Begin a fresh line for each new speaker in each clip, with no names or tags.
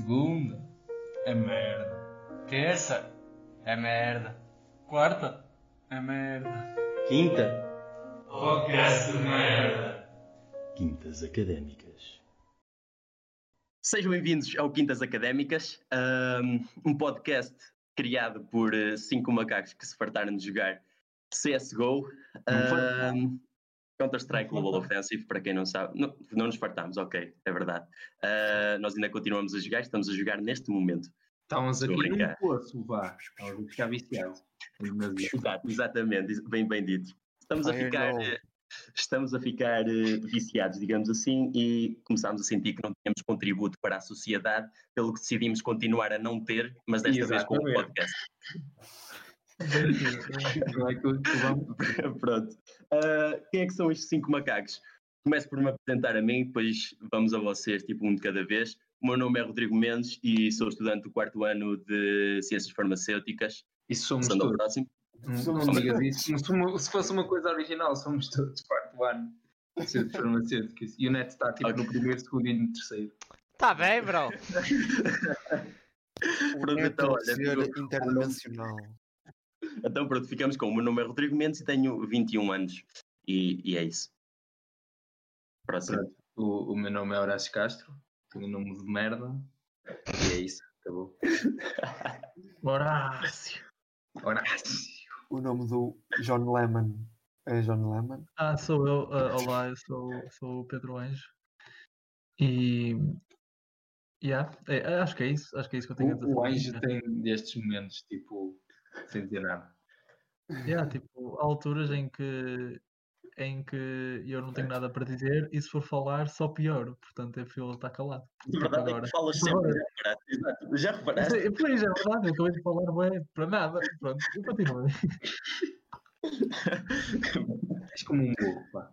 Segunda é merda. Terça é merda. Quarta é merda.
Quinta,
Podcast merda.
Quintas Académicas.
Sejam bem-vindos ao Quintas Académicas, ahm, um podcast criado por eh, cinco macacos que se fartaram de jogar CSGO, ahm, ah, Counter-Strike Global Offensive, para quem não sabe. Não, não nos fartámos, ok, é verdade. Ah, nós ainda continuamos a jogar, estamos a jogar neste momento.
Estávamos
Estou
aqui
a
num
brincar.
poço, vá. Estávamos a ficar viciados.
Exato, exatamente, ex- bem, bem dito. Estamos a
Ai,
ficar,
não.
eh, estamos a ficar eh, viciados, digamos assim, e começámos a sentir que não tínhamos contributo para a sociedade, pelo que decidimos continuar a não ter, mas desta vez com o
Exatamente.
podcast.
Não é que eu- que vamos-
Pronto. Ah, quem é que são estes cinco macacos? Começo por me apresentar a mim, depois vamos a vocês, tipo um de cada vez. O meu nome é Rodrigo Mendes e sou estudante do quarto ano de Ciências Farmacêuticas.
Isso somos
Passando ao
todos.
próximo.
Não, não digas isso. Não somos- se fosse uma coisa original, somos todos quarto ano. Ser de farmacêuticas. E o Neto está tipo
Ok.
no primeiro, segundo e no terceiro.
Tá bem, bro.
é
Pronto, então, olha,
ser
digo-
interdimensional.
Então pronto, ficamos com o meu nome é Rodrigo Mendes e tenho 21 anos. E, e é isso. Próximo.
O, o meu nome é Horácio Castro. Tenho nome de merda. E é isso. Acabou. Horácio. Horácio.
o nome do John Lemon é John Lemon.
Ah, sou eu. ah, olá, eu sou, sou o Pedro Anjo. E. Yeah, é, é, acho que é isso. Acho que é isso que eu tenho a dizer.
O, o
sobre
anjo
isto,
tem destes momentos, tipo, sem dizer nada.
né? Yeah, tipo, há alturas em que, em que eu não tenho nada para dizer e se for falar, só pioro. Portanto, é preferível estar calado. Tipo,
A verdade é
Agora.
que falas sempre.
Agora.
Já reparaste? Exato, Já reparaste?
Sim, Pois é verdade, eu acabei de falar, não é para nada. Pronto, eu continuo.
És como um burro, pá.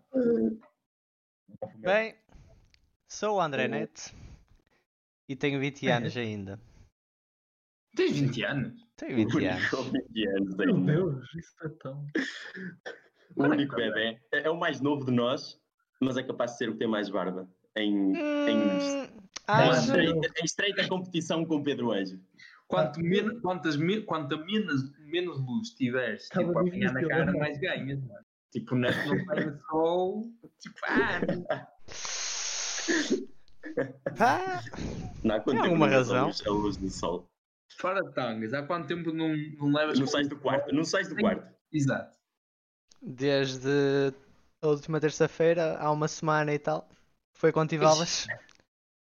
Bem, sou o André Neto e tenho 20 anos ainda.
Tens 20 anos?
Tenho 20 anos.
Com 20 anos
Meu
ainda.
Deus, isso é tão.
O único
Ah, tá
bebê. É é o mais novo de nós, mas é capaz de ser o que tem mais barba. Em,
Hum,
em,
acho,
André.
estreita, em estreita competição com o Pedro Anjo.
Quanto men quantas me quanto menos, menos luz tiveres
Tava
tipo, a apanhar na
difícil,
cara,
né?
mais ganhas, mano. Tipo, na não faz o sol. Tipo, ah,
pá,
Não há quanto tempo
Tem alguma
não usas a
razão.
luz- A luz do sol.
fora de tangas. Há quanto tempo não, não levas.
Não sais do quarto. Não sais do quarto.
Exato.
desde a última terça-feira, há uma semana e tal, foi quando tive aulas.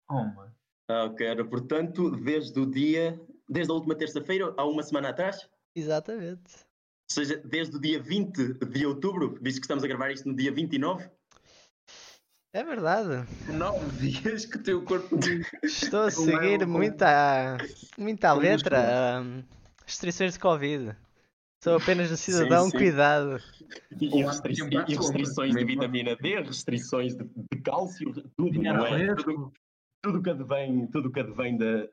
Oh, mano.
Ah, ok. Ora, Portanto, desde o dia. Desde a última terça-feira, há uma semana atrás?
Exatamente.
Ou seja, desde o dia 20 de outubro, visto que estamos a gravar isto no dia 29,
É verdade.
Por nove dias que o teu corpo.
Estou a
Não é
seguir
um-
muita, muita
um discurso.
letra. hum, restrições de Covid. Sou apenas um cidadão,
sim.
cuidado.
e,
Ou há
restri-
tempo à
e
sombra,
restrições um de
também pode-
vitamina D, restrições de, de cálcio, tudo,
Dinheiro
não é?
fresco.
Tudo, tudo que advém, tudo que advém da.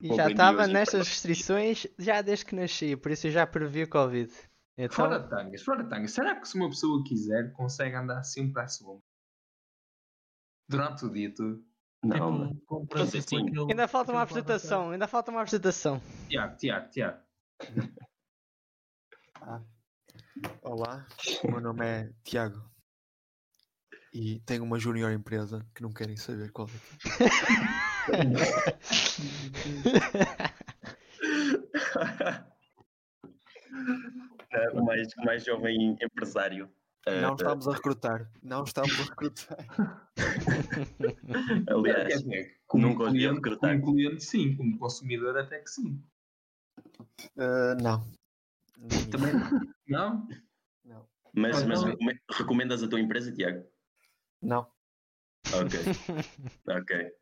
E
Bom,
já
bem,
estava
Deus, eu
nestas
perdi.
restrições já desde que nasci, por isso eu já previ o Covid. Então,
Fora de tangas, fora de tangas. Será que se uma pessoa quiser, consegue andar sempre à sombra? Durante o dia todo?
Não, mano.
Tipo, compras
Mas
tipo
assim,
aquele-
ainda falta uma
aquele barra
apresentação, ainda falta uma apresentação.
Tiago, Tiago, Tiago.
Olá, o meu nome é Tiago e tenho uma junior empresa que não querem saber qual é. que
É, o mais, o mais jovem empresário.
é.
Eh,
Não estamos a recrutar, não estamos a recrutar.
aliás,
Quer dizer, como
nunca os vi a
cliente-
recrutar.
Como cliente, sim. Como consumidor, até que sim.
Ah, não. Nem
Também não?
mas, mas
Então-
recome- recomendas a tua empresa, Tiago?
Não.
Ok. ok.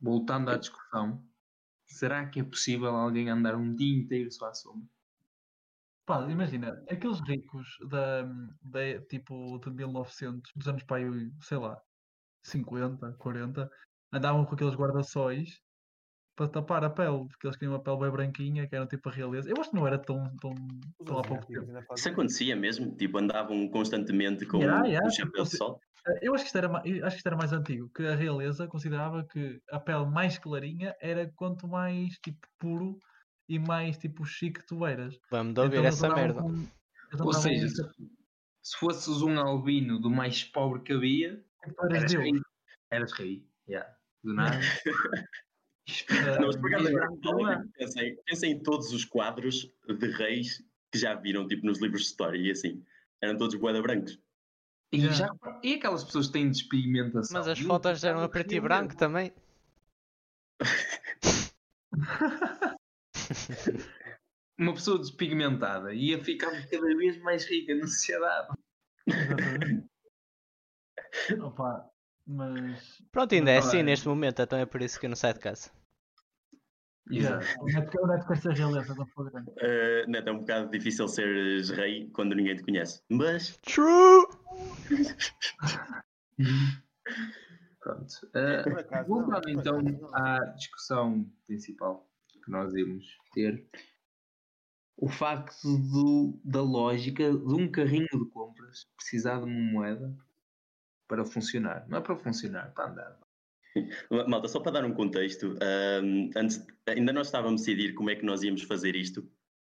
Voltando à discussão, será que é possível alguém andar um dia inteiro só à sombra?
Pá, imagina, aqueles ricos da, da- tipo de 1900, dos anos para aí, sei lá, 50, 40, andavam com aqueles guarda-sóis, para tapar a pele, porque eles queriam uma pele bem branquinha, que era tipo a realeza. Eu acho que não era tão, tão,
Os
tão há pouco
asiáticos
tempo.
ainda
Isso
fazem
acontecia mesmo, tipo, andavam constantemente com
Yeah, yeah,
o chapéu de
tipo,
sol.
Eh, Eu acho que isto era, ma- eu acho que isto era mais antigo, que a realeza considerava que a pele mais clarinha era quanto mais tipo puro e mais tipo chique tu eras.
Vamos de ouvir
Então um eles
essa
andavam
merda.
com- eles
Ou
andavam
seja,
com-
se fosses um albino do mais pobre que havia,
tipo, eras
eras
Deus.
rei. Eras rei. Yeah. Do nada.
Eh,
Não, mas por acaso
Mas
agora
não é?
que falam,
há.
tipo, pensei, pensei em todos os quadros de reis que já viram, tipo, nos livros de história e assim. Eram todos boeda brancos.
E,
Yeah.
já, e aquelas pessoas que têm despigmentação?
Mas as
Não
fotos eram a
ficava
preto e
frio
branco
mesmo.
também.
Uma pessoa despigmentada ia ficar cada vez mais rica na sociedade.
Exatamente. Opa, mas.
Pronto, ainda
Não,
é assim
é.
neste momento, então é por isso que eu não saio de casa.
Yeah, onde é que- onde é que com essa realeza não foi grande?
Uh, não é tão um bocado difícil seres rei quando ninguém te conhece. Mas
True!
Pronto. Ah,
Por acaso, não,
Voltando
por
então
acaso, não.
à discussão principal que nós íamos ter, o facto do- da lógica de um carrinho de compras precisar de uma moeda para funcionar. Não é para funcionar, para andar.
Malta, só para dar um contexto, ahm, antes- ainda não estávamos a decidir como é que nós íamos fazer isto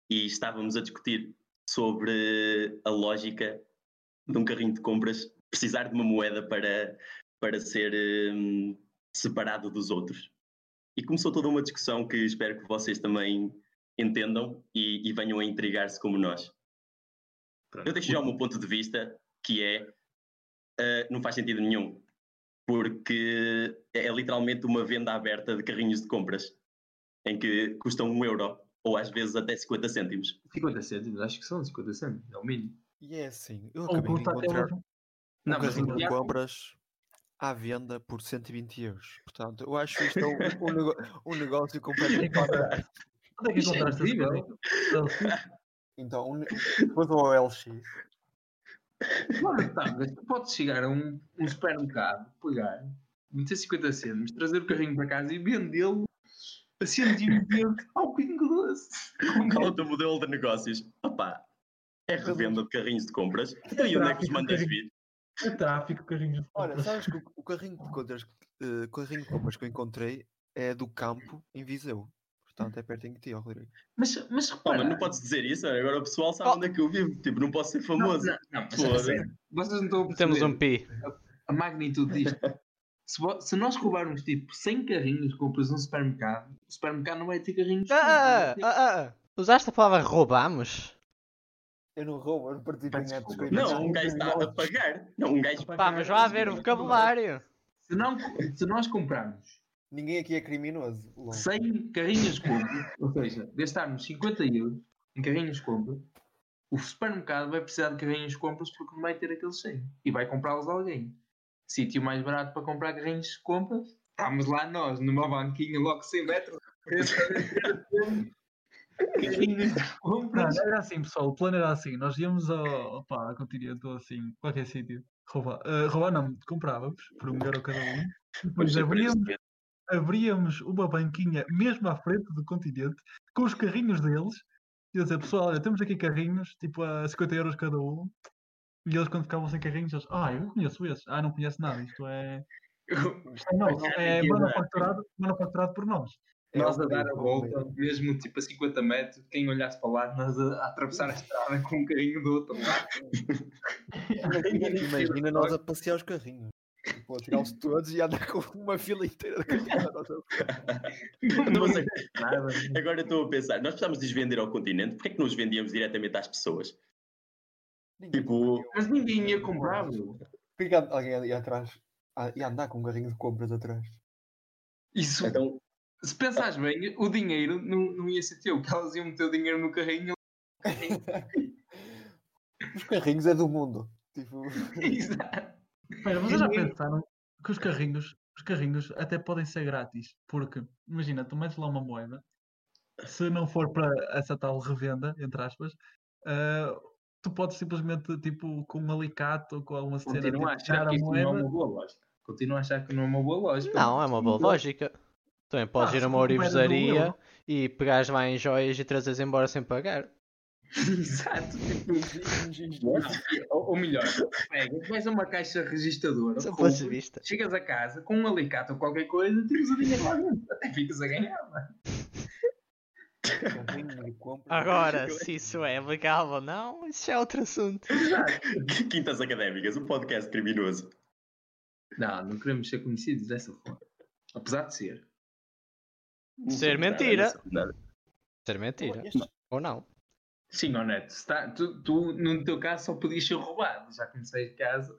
e estávamos a discutir sobre a lógica de um carrinho de compras precisar de uma moeda para, para ser ahm, separado dos outros. E começou toda uma discussão que espero que vocês também entendam e, e venham a intrigar-se como nós. Eu deixo já o meu ponto de vista, que é ah, não faz sentido nenhum porque é literalmente uma venda aberta de carrinhos de compras em que custam um euro ou às vezes até 50 cêntimos.
50 cêntimos, acho que são 50 cêntimos, é o mínimo.
E é assim, eu
Ou
acabei de
custa até
encontrar
hoje.
um
Não, mas
carrinho de
enviar-
compras à venda por 120 euros. Portanto, eu acho isto um, um, nego- um negócio completamente...
Encontraste- Onde é que
Isto é
encontraste esse
incrível.
carrinho? Ele-
Então, um, depois vou ao LX.
Claro que tá, mas tu podes chegar a um, um supermercado, pegar, meter 50 cêntimos, trazer o carrinho para casa e vendê-lo a 120 euros ao pingo doce. um
Qual é o teu modelo de negócios? Opá, é revenda de carrinhos de compras. Então e onde é que os mandas vir?
O tráfico, carrinhos de
Olha,
compras.
sabes que o, o carrinho de compras, eh, carrinho de compras que eu encontrei é do campo em Viseu. Portanto, é pertinho de ti, ó Rodrigo.
Mas, mas é
Oh,
repara,
mas não podes dizer isso, agora o pessoal sabe onde é que eu vivo. Tipo, não posso ser famoso.
Não, não, mas
Foda.
a sério, vocês não estão a
Temos
perceber
um pi.
a magnitude disto. Se, vo- se nós roubarmos tipo 100 carrinhos de compras num supermercado, o supermercado não vai ter carrinhos.
Ah, ah,
de compras, vai ter-
ah, ah. Usaste a palavra roubamos?
Eu não roubo, eu não participo
Peço
atos
desculpa.
criminosos.
Não, um gajo está a pagar. Não, um gajo
Pá, mas vá ver o vocabulário.
se, não, se nós comprarmos
Ninguém aqui é criminoso. Logo.
100 carrinhos de compras, ou seja, gastarmos 50 euros em carrinhos de compras, o supermercado vai precisar de carrinhos de compras porque não vai ter aqueles 100 e vai comprá-los a alguém. Sítio mais barato para comprar carrinhos de compras, estamos lá nós, numa banquinha logo 100 metros. Carrinhos de
Não,
compras.
era assim, pessoal. O plano era assim: nós íamos ao, opa, a continente ou assim, qualquer sítio, roubar. eh, roubar não, comprávamos por um euro cada um. Depois
é
abríamos, abríamos uma banquinha mesmo à frente do continente, com os carrinhos deles. E eu dizia, pessoal, olha, temos aqui carrinhos, tipo a 50 euros cada um. E eles, quando ficavam sem carrinhos, eles, ah, eu conheço esse. Ah, não conheço nada. Isto é. Isto é nosso. É manufaturado, manufaturado por nós.
Nós
É
a
um
dar a
perigo,
volta, mesmo tipo a 50 metros, quem olhasse para lá, nós a, a atravessar a estrada com um carrinho do outro lado.
Imagina, imagina nós a passear os carrinhos. Tipo, a tirá-los todos e andar com uma fila inteira de carrinhos. à nossa frente.
Não sei. Agora estou a pensar, nós precisamos de os vender ao continente, porquê é que não os vendíamos diretamente às pessoas?
Ninguém
Tipo,
Mas É ninguém ia comprar, meu.
Fica alguém ali atrás. a- E andar com um carrinho de compras atrás.
Isso,
então,
se pensares bem, o dinheiro não, não ia ser teu, porque elas iam meter o dinheiro no carrinho.
Os carrinhos é do mundo. Tipo,
Exato.
Espera, vocês já
Ninguém-
pensaram que os carrinhos, os carrinhos até podem ser grátis? Porque, imagina, tu metes lá uma moeda, se não for para essa tal revenda, entre aspas, ah, tu podes simplesmente, tipo, com um alicate ou com alguma cena,
Continuo a
tipo,
achar
tirar a
que isso não é
moeda.
uma boa lógica. Continuo a achar que não é uma boa lógica.
Não, é uma boa lógica. Também podes
Ah,
ir a
se for
uma
moeda de um
orivesaria
euro.
e pegares lá em joias e trazeres embora sem pagar.
Exato, tipo, ou, ou melhor, pega, vais a uma caixa registradora,
Só
compras,
fosse vista.
chegas a casa com um alicate ou qualquer coisa, tiras o dinheiro lá dentro, até ficas a ganhar.
Ah, Agora, se isso é legal ou não, isso já é outro assunto.
Quintas Académicas, um podcast criminoso.
Não, não queremos ser conhecidos dessa forma. Apesar de ser.
Não
Ser
somos nada,
mentira.
não somos nada.
Ser mentira. Ou não.
Sim, ó Neto, se tá- tu, tu, no teu caso só podias ser roubado, já comecei de casa.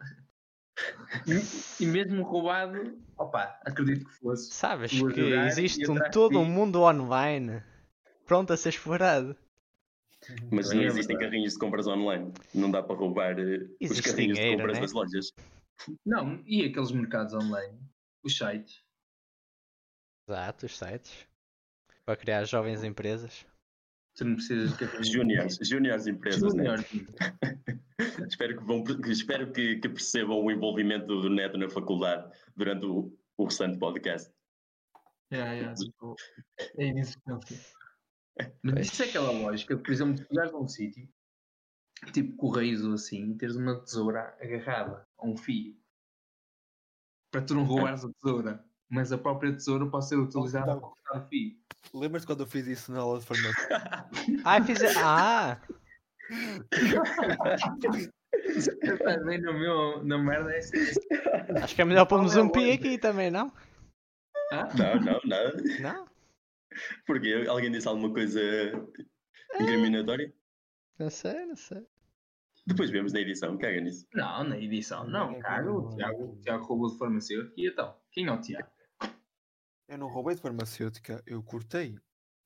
E, e mesmo roubado, opa, acredito que fosse.
Sabes
Vou
que
jogar e
existe um,
atrás de
todo
ti.
um mundo online pronto a ser explorado.
Mas
Também
não
é
existem
verdade.
carrinhos de compras online. Não dá para roubar eh, os
Existe
carrinhos de
dinheiro,
compras
né?
das lojas.
Não, e aqueles mercados online, os sites.
Exato, os sites. Para criar jovens empresas.
Tu não precisas de cartão.
Juniors, juniors empresas, né?
Júnior.
Espero, que, vão, que- espero que, que percebam o envolvimento do Neto na faculdade durante o, o restante podcast.
Yeah, yeah, tipo, é inexistência.
Mas isso é aquela lógica de, por exemplo, tu chegares a um sítio, tipo correios ou assim, e teres uma tesoura agarrada a um fio. Para tu não roubares a tesoura. Mas a própria tesoura pode ser utilizada para cortar o fio.
Lembras-te quando eu fiz isso na aula de farmácia?
Ah, fiz. Ah!
Também no meu, na merda é assim.
Acho que é melhor pôrmos um pi aqui também, não?
Ah,
Não, não, não.
Não?
Porque alguém disse alguma coisa incriminatória?
Não sei, não sei.
Depois vemos na edição, caga nisso.
Não, na edição. Não,
É
cara, o
verdade.
Tiago, o Tiago roubou de farmacêutico. E então? Quem é o Tiago?
Eu não roubei de farmacêutica, eu cortei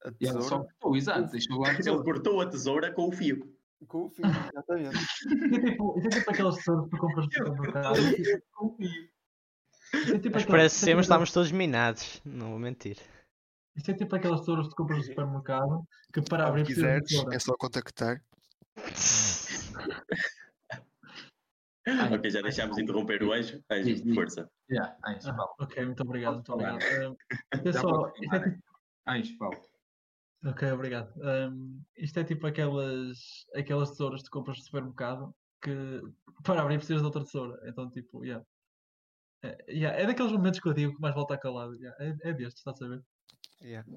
a
Ele é só
tesoura
cortou, exato, deixou lá a
Ele
tesoura.
cortou a tesoura com o fio.
com o fio, exatamente.
Isso é tipo, isso é tipo aqueles tesouros que tu compras no supermercado. Isso é tipo
Mas
aqueles-
parecemos
isso é tipo-
estamos todos minados. Não vou mentir.
Isso é tipo aqueles tesouros que tu compras no supermercado que para
Se
abrir
quiseres,
precisas de
é só contactar.
ok, já deixámos de interromper o anjo.
Diz,
Anjo,
diz.
força.
Já, Anjo,
tesoura.
fala.
Ah, ok, muito obrigado. Muito
Podes falar.
obrigado. Ah, isso é
Já
só-
podes
isso é
falar, Anjo, fala.
Ok, obrigado. Ahm, isto é tipo aquelas, aquelas tesouras que tu compras no supermercado que para abrir precisas de outra tesoura. Então, tipo, yeah. É, yeah, é daqueles momentos que eu digo que mais volta a calado. yeah, É, é destes, estás a ver?
Yeah.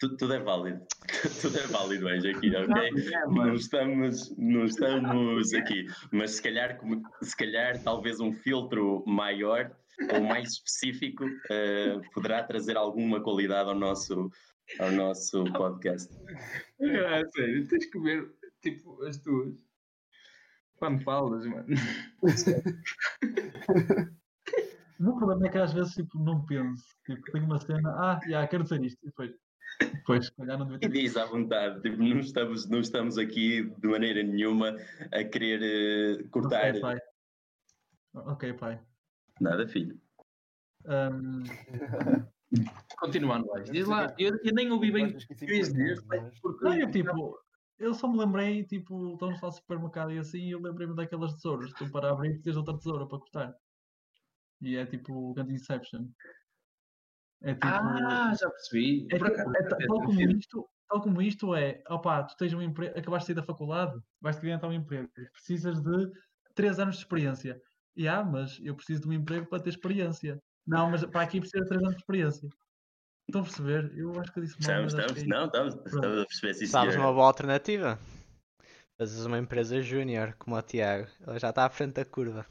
Tu- Tudo é válido. Tudo é válido, anjo, aqui, ok?
É,
Não
mano.
estamos, não estamos aqui, mas se calhar, como- se calhar talvez um filtro maior ou mais específico eh, poderá trazer alguma qualidade ao nosso, ao nosso podcast.
Ah, sério, tens que ver, tipo, as tuas. Quando falas, mano.
O meu problema é que às vezes tipo, não penso. Tipo, tenho uma cena, ah, yeah, quero dizer isto. E depois, depois, se calhar não devia
E
ter
diz à vontade, tipo, não, estamos, não estamos aqui de maneira nenhuma a querer eh,
Ok,
cortar
pai. Ok, pai. Ehm,
nada, filho.
Ahm,
Continuando, Anjo. Diz lá, eu, eu nem ouvi bem o que querias dizer,
não, eu,
porque
tipo, eu só me lembrei, tipo, estamos lá ao supermercado e assim, e eu lembrei-me daquelas tesouras. Tu para abrir precisas de outra tesoura para cortar. E é tipo o grande Inception. É tipo.
Ah, já percebi.
é
Por
tipo-
acaso,
é ta-
até
tal,
tem
como
sentido.
isto, tal como isto é, opá, tu tens um emprego, acabaste de sair da faculdade, vais-te ganhar um emprego, precisas de 3 anos de experiência. E ah, mas eu preciso de um emprego para ter experiência. Não, mas para aqui precisa de 3 anos de experiência. Estão a perceber? Eu acho que eu disse mal,
Estamos,
mas acho
estamos,
que é
não, estamos, estamos a perceber sim,
Sabes
senhora.
é.
uma boa alternativa? Fazes uma empresa júnior como o Tiago. Ele já está à frente da curva.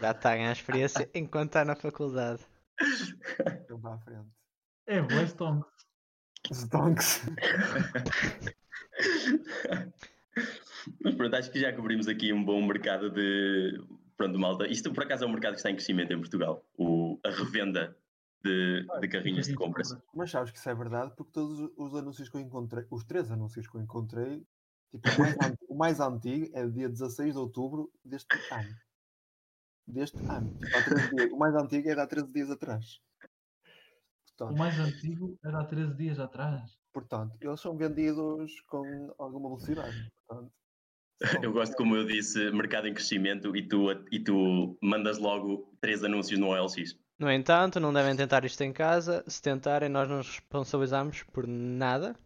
Já está a ganhar experiência enquanto está na faculdade.
Ele à frente.
É boa Stone.
Os donks.
Mas pronto, acho que já cobrimos aqui um bom mercado de. Pronto, malta. Isto por acaso é um mercado que está em crescimento em Portugal. O, a revenda de, de carrinhos de compras.
Mas sabes que isso é verdade porque todos os- os anúncios que eu encontrei, os três anúncios que eu encontrei, tipo, o, mais an- o mais antigo é dia 16 de outubro deste ano. Deste ano. Tipo, há 13 dias. O mais antigo é de há 13 dias atrás.
O
Uhum.
Portanto,
mais antigo era há 13 dias atrás.
portanto, eles são vendidos com alguma velocidade. Portanto, são-
Eu gosto, como eu disse, mercado em crescimento e tu, e tu mandas logo três anúncios no OLX.
No entanto, não devem tentar isto em casa. Se tentarem, nós não nos responsabilizamos por nada.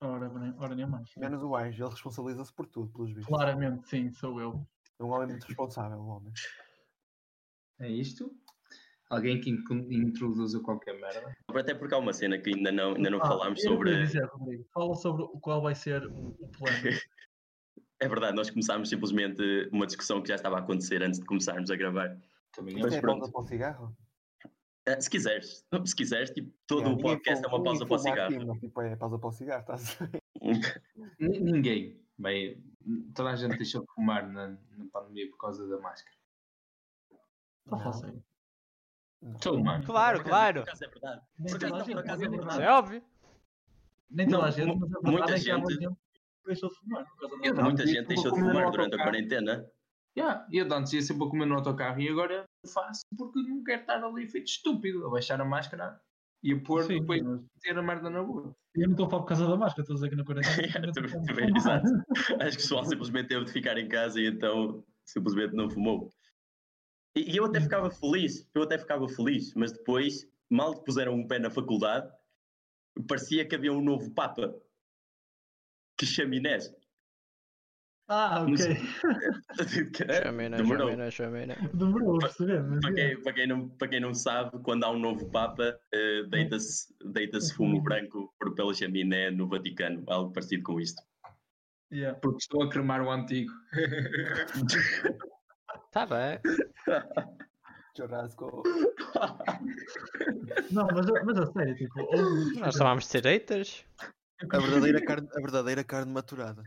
Ora, bem, ora nem mais.
Menos o Anjo, ele responsabiliza-se por tudo, pelos vistos.
Claramente, sim, sou eu.
É um homem muito responsável, o homem.
É isto? Alguém que in- introduza qualquer merda?
Até porque há uma cena que ainda não, ainda não
Ah,
falámos
eu ia
sobre.
dizer, Rodrigo, fala sobre o- qual vai ser o o plano.
É verdade, nós começámos simplesmente uma discussão que já estava a acontecer antes de começarmos a gravar.
Também
Isto
Mas
é a
pronto.
pausa para o cigarro?
Ah, Se quiseres, se quiseres, tipo, todo
Yeah,
o
ninguém
podcast é
fuma-
uma pausa
ninguém
para o
fuma
cigarro.
aqui, mas, tipo, é pausa para o cigarro, estás a ver?
Ni- Ninguém. Bem, toda a gente deixou de fumar na, na pandemia por causa da máscara.
Só
Não.
faça aí.
Não.
Sou humano.
Claro, claro.
Por acaso é verdade.
Nem
Por
toda a
acaso, por
gente,
acaso é
mas é
verdade.
Isso
verdade.
é óbvio.
Nem toda
Não,
a gente, mas a verdade
muita
é que há
gente-
que deixou de fumar por causa da
então, Eu não.
Muita
disse,
gente
vou
deixou de
comer no
fumar durante a
autocarro.
quarentena.
Yeah, eu de antes ia sempre a comer no autocarro e agora faço porque não quero estar ali feito estúpido. A baixar a máscara e a pôr
Sim,
depois
mas
ter a merda na boca.
Eu não estou a falar por causa da máscara, estou a dizer que na quarentena.
Yeah,
também
também-
estou a
também,
fumar.
exato. Acho que o pessoal simplesmente teve de ficar em casa e então simplesmente não fumou. E, e eu até ficava feliz, eu até ficava feliz, mas depois, mal que puseram um pé na faculdade, parecia que havia um novo Papa. Que chaminés.
Ah, ok.
Chaminé,
Demorou.
chaminé, chaminé.
Demorou a perceber, mas.
Para
é.
quem, para, quem não, para quem não sabe, quando há um novo Papa, eh, deita-se deita fumo branco por, pela chaminé no Vaticano, algo parecido com isto.
Yeah.
Porque estou a cremar o antigo.
Tá bem.
Churrasco.
Não, mas, mas a sério, tipo, houve-
Nós chamámos de ser haters.
A verdadeira carne, a verdadeira carne maturada.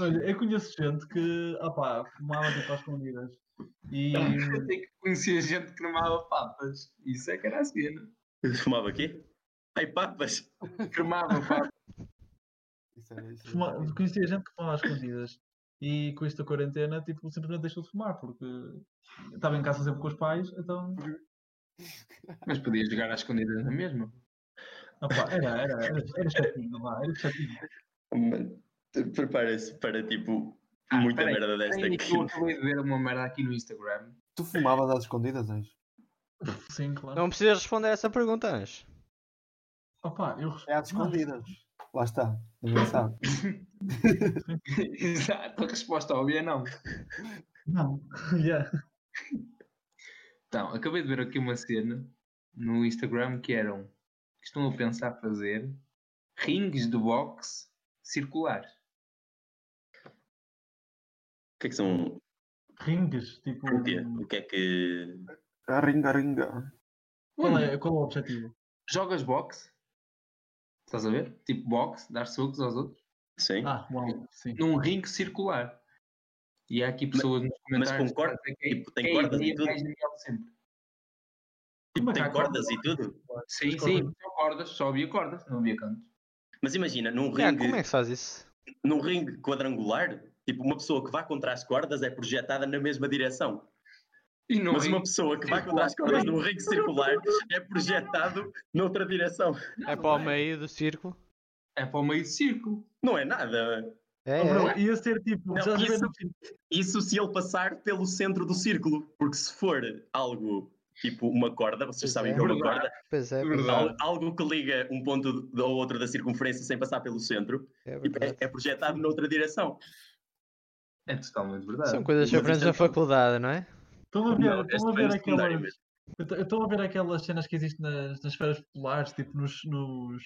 olha, eu conheço gente que opá, fumava tipo às escondidas e
Eu sei que conhecia gente que cremava papas. Isso é que era a cena.
Fumava aqui? Ai, papas!
Cremava papas.
Isso é, isso é-
fuma- conhecia gente que fumava às escondidas e com esta quarentena tipo, simplesmente deixou de fumar porque estava em casa sempre com os pais, então
Mas podia jogar às escondidas na mesma.
opá, era, era, era, era chatinho, vá, era chatinho.
Mano, Prepara-se para tipo
Ah,
muita
peraí,
merda desta
Tenho
aqui.
aqui, um- eu acabei de ver uma merda aqui no Instagram.
Tu fumavas às escondidas, anjo?
Sim, claro.
Não precisas responder essa pergunta, Anjo.
Opá, eu
É às escondidas. Lá está. Ninguém sabe.
Exato, a resposta óbvia é não.
Não, yeah.
Então, acabei de ver aqui uma cena no Instagram que eram que estão a pensar fazer rings de boxe circulares.
O que é que são?
Ringues, tipo,
O quê? O que é que.
Ringa, ringa.
qual é, qual é o objetivo?
Jogas boxe, estás a ver? Tipo boxe, dar socos aos outros,
Sim?
Ah, uau, sim.
num ringue circular. E há aqui pessoas nos
mas com
comentários.
corda?
a dizer que é
Tipo, tem
que
cordas
ideia
e tudo?
mais genial de sempre.
Como é que
Tem
há
cordas e tudo?
Sim,
Mas
sim, só cordas, só havia cordas, não havia cantos.
Mas imagina, num
Yeah, como é
ringue,
que se faz isso?
num ringue quadrangular, tipo, uma pessoa que vá contra as cordas é projetada na mesma direção.
E não
Mas
havia-
uma pessoa que vai contra as cordas num ringue circular é projetado noutra direção.
É para o meio do círculo?
é para o meio do círculo.
Não é nada.
É,
Oh, bro,
é.
ia ser tipo,
Não,
já sabes
isso- Isso se ele passar pelo centro do círculo. Porque se for algo tipo uma corda, vocês
Pois
sabem
é.
que é uma
Verdade.
corda,
Pois é, pois
Verdade.
al- algo que liga um ponto do- ao outro da circunferência sem passar pelo centro.
é, é
Tipo, é,
verdade.
é projetado noutra direção.
É totalmente verdade.
São coisas que
Mas
aprendes
isto é
na faculdade, não é?
Estou a ver,
Não,
estou a
este é
ver
no secundário
aquelas.
mesmo.
eu tô- Eu estou a ver aquelas cenas que existem nas, nas feiras populares, tipo nos, nos,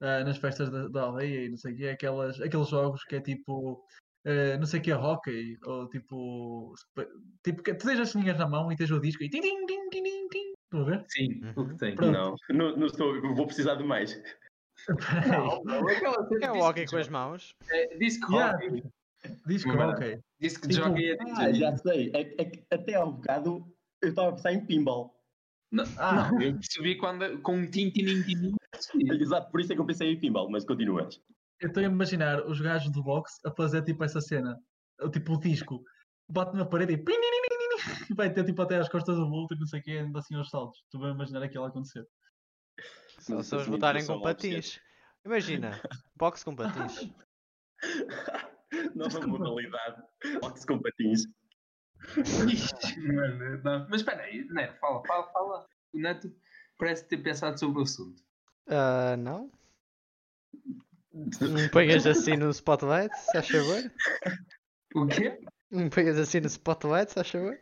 ah, nas festas da, da aldeia e não sei o quê, aquelas, aqueles jogos que é tipo ah, não sei o que é hockey, ou tipo. sp- Tipo, que tu tens as linhas na mão e tens o disco e tim tim tim tim tim tim. Estão a ver?
Sim, o
Uhum.
que tem.
Pronto.
Não, não, não estou, vou precisar de mais.
Não, não, aquela cena
É o
disc
hockey com
jockey.
as mãos.
É, disc
Yeah.
hockey.
Disco
Uma
hockey.
Disc
Tipo,
jockey é
ah,
disc jockey.
Ah, sei. até há um bocado eu estava a pensar em pinball.
Não,
tá.
Ah.
não, eu percebi quando com um tintinim tinim.
Exato, por isso é que eu pensei em pinball, mas continuas.
Eu estou a imaginar os gajos do boxe a fazer tipo essa cena, ou, tipo o disco, bate na parede e pim, nim, nim, nim, nim, nim, vai ter tipo até às costas do outro e não sei o quê, ainda assim aos saltos. Estou a imaginar aquilo a acontecer.
Se
Mas isso
vocês
é uma
botarem
impressão
com patins. Imagina, boxe com patins.
Nova modalidade. Boxe com patins.
Ixi, mano, não. Mas espera aí, Neto, fala, fala, fala. O Neto parece ter pensado sobre o assunto.
Ah, não? Não me ponhas assim no spotlight, se faz favor?
O quê?
Não me ponhas assim no spotlight, se faz favor?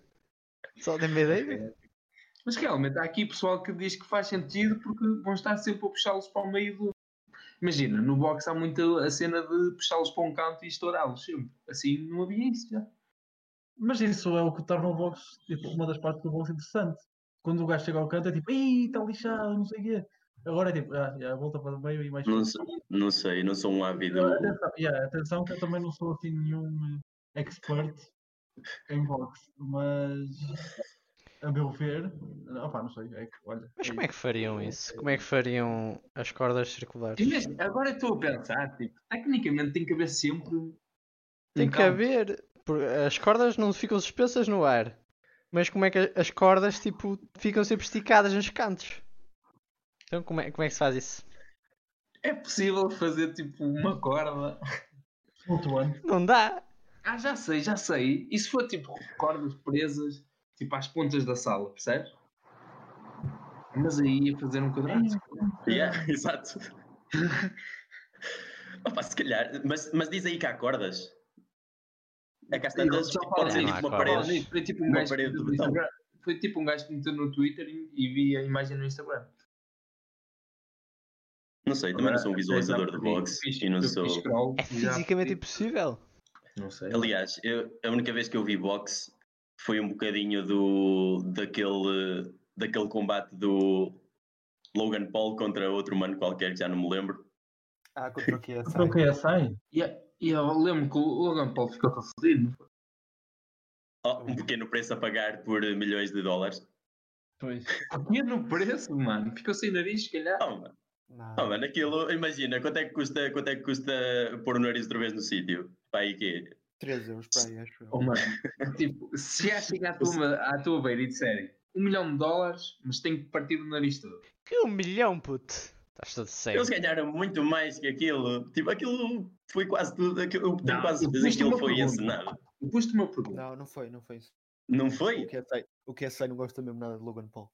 Só dê-me ideia?
Mas realmente, há aqui pessoal que diz que faz sentido porque vão estar sempre a puxá-los para o meio do. Imagina, no box há muito a cena de puxá-los para um canto e estourá-los sempre. Assim não havia isso já.
Mas isso é o que torna o box, tipo, uma das partes do box interessante. Quando o gajo chega ao canto é tipo, ei, está lixado, não sei o quê. Agora é tipo, ah, já, volta para o meio e mais.
Não sei, não sei, não sou um ávido.
Atenção, yeah, atenção que eu também não sou assim nenhum expert em boxe, mas a meu ver, opá, não sei, é que, olha.
Mas como é que fariam isso? Como é que fariam as cordas circulares?
Imagina, agora eu estou a pensar, tipo, tecnicamente tem que haver sempre. um
Tem que
canto.
haver. por- As cordas não ficam suspensas no ar. Mas como é que as cordas tipo, ficam sempre esticadas nos cantos? Então como é, como é que se faz isso?
É possível fazer tipo uma corda.
Flutuante.
Não dá!
Ah, já sei, já sei. E se for tipo cordas presas, tipo às pontas da sala, percebes? Mas aí ia fazer um quadrado.
Yeah, exato. Opa, se calhar, mas, mas diz aí que há cordas. É que às tantas
Só fala
pode ser
nisso,
tipo
só
uma
fala
parede.
nisso.
Foi tipo um
Uma
gajo
parede
que
de
meteu no
betão.
Instagram. Foi tipo um gajo que meteu no Twitter e, e vi a imagem no Instagram.
Não sei, também não sou um visualizador de boxe
Fiz-
e não
eu
sou.
fiz scroll
É
e já percebi.
fisicamente impossível.
Não sei.
Aliás, eu- a única vez que eu vi boxe foi um bocadinho do daquele, daquele combate do Logan Paul contra outro mano qualquer que já não me lembro.
Ah, contra o que é essa?
Então que é sai?
E e eu lembro que o Logan Paul ficou todo fodido.
Oh,
Uhum.
um pequeno preço a pagar por eh, milhões de dólares.
Pois. Tinha no preço, mano. Ficou sem nariz, se calhar.
Oh, mano,
Não.
Ah.
oh, mano, aquilo, imagina, quanto é que custa, quanto é que custa pôr o nariz outra vez no sítio? Pá, aí que
3 euros para aí, acho eu.
Oh, mano, tipo, se achas à tua, à tua beira e disserem um milhão de dólares, mas tenho que partir do nariz todo.
Que um milhão, puto! Estás todo
É.
cego.
Eles ganharam muito mais que aquilo. Tipo, aquilo foi quase tudo. Aquilo, eu tenho
Não,
quase
eu
certeza que
fiz-te
aquilo
uma
foi
pergunta.
encenado.
Eu Pus-te uma pergunta.
Não, não foi, não foi isso.
Não
O
foi?
que é sei? O que é sei não gosta mesmo nada de Logan Paul.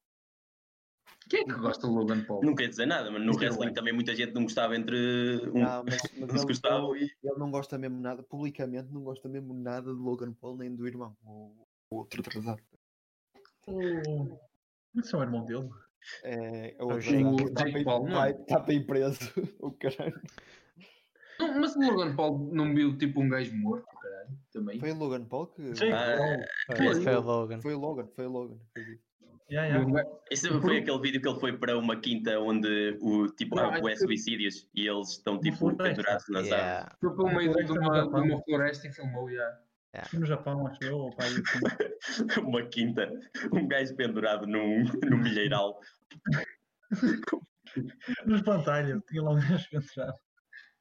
Quem é que gosta do Logan Paul?
Não quer dizer nada, mas no
é
Zero
wrestling
likes.
também muita gente não gostava entre um.
Não, mas, mas
Uns
ele,
gostavam
ele-
e.
ele não gosta mesmo nada, publicamente não gosta mesmo nada de Logan Paul nem do irmão, o, o outro tá atrasado.
Como é que se chama o irmão dele?
É, é o
O
atrasado.
Jake-
Está bem-
Paul, não.
vai- Está bem preso. O caralho.
Não, mas o Logan Paul não viu tipo um gajo morto, caralho, também.
Foi o Logan Paul que.
Jake
Ah,
Paul.
Foi-
Olha,
é
foi o Logan.
Foi o Logan, foi o Logan. que fez isso.
Yeah,
Viu
yeah.
um gajo-
Isso foi aquele vídeo que ele foi para uma quinta onde o tipo
Não,
há bué
acho que-
suicídios e eles estão tipo
floresta.
pendurados nas árvores.
Yeah.
Foi pelo meio de uma, de uma floresta e filmou, já.
No Japão, acho eu, ou pá, aí, assim.
Uma quinta, um gajo pendurado num, num milheiral.
no espantalho, tinha lá um gajo que entrava.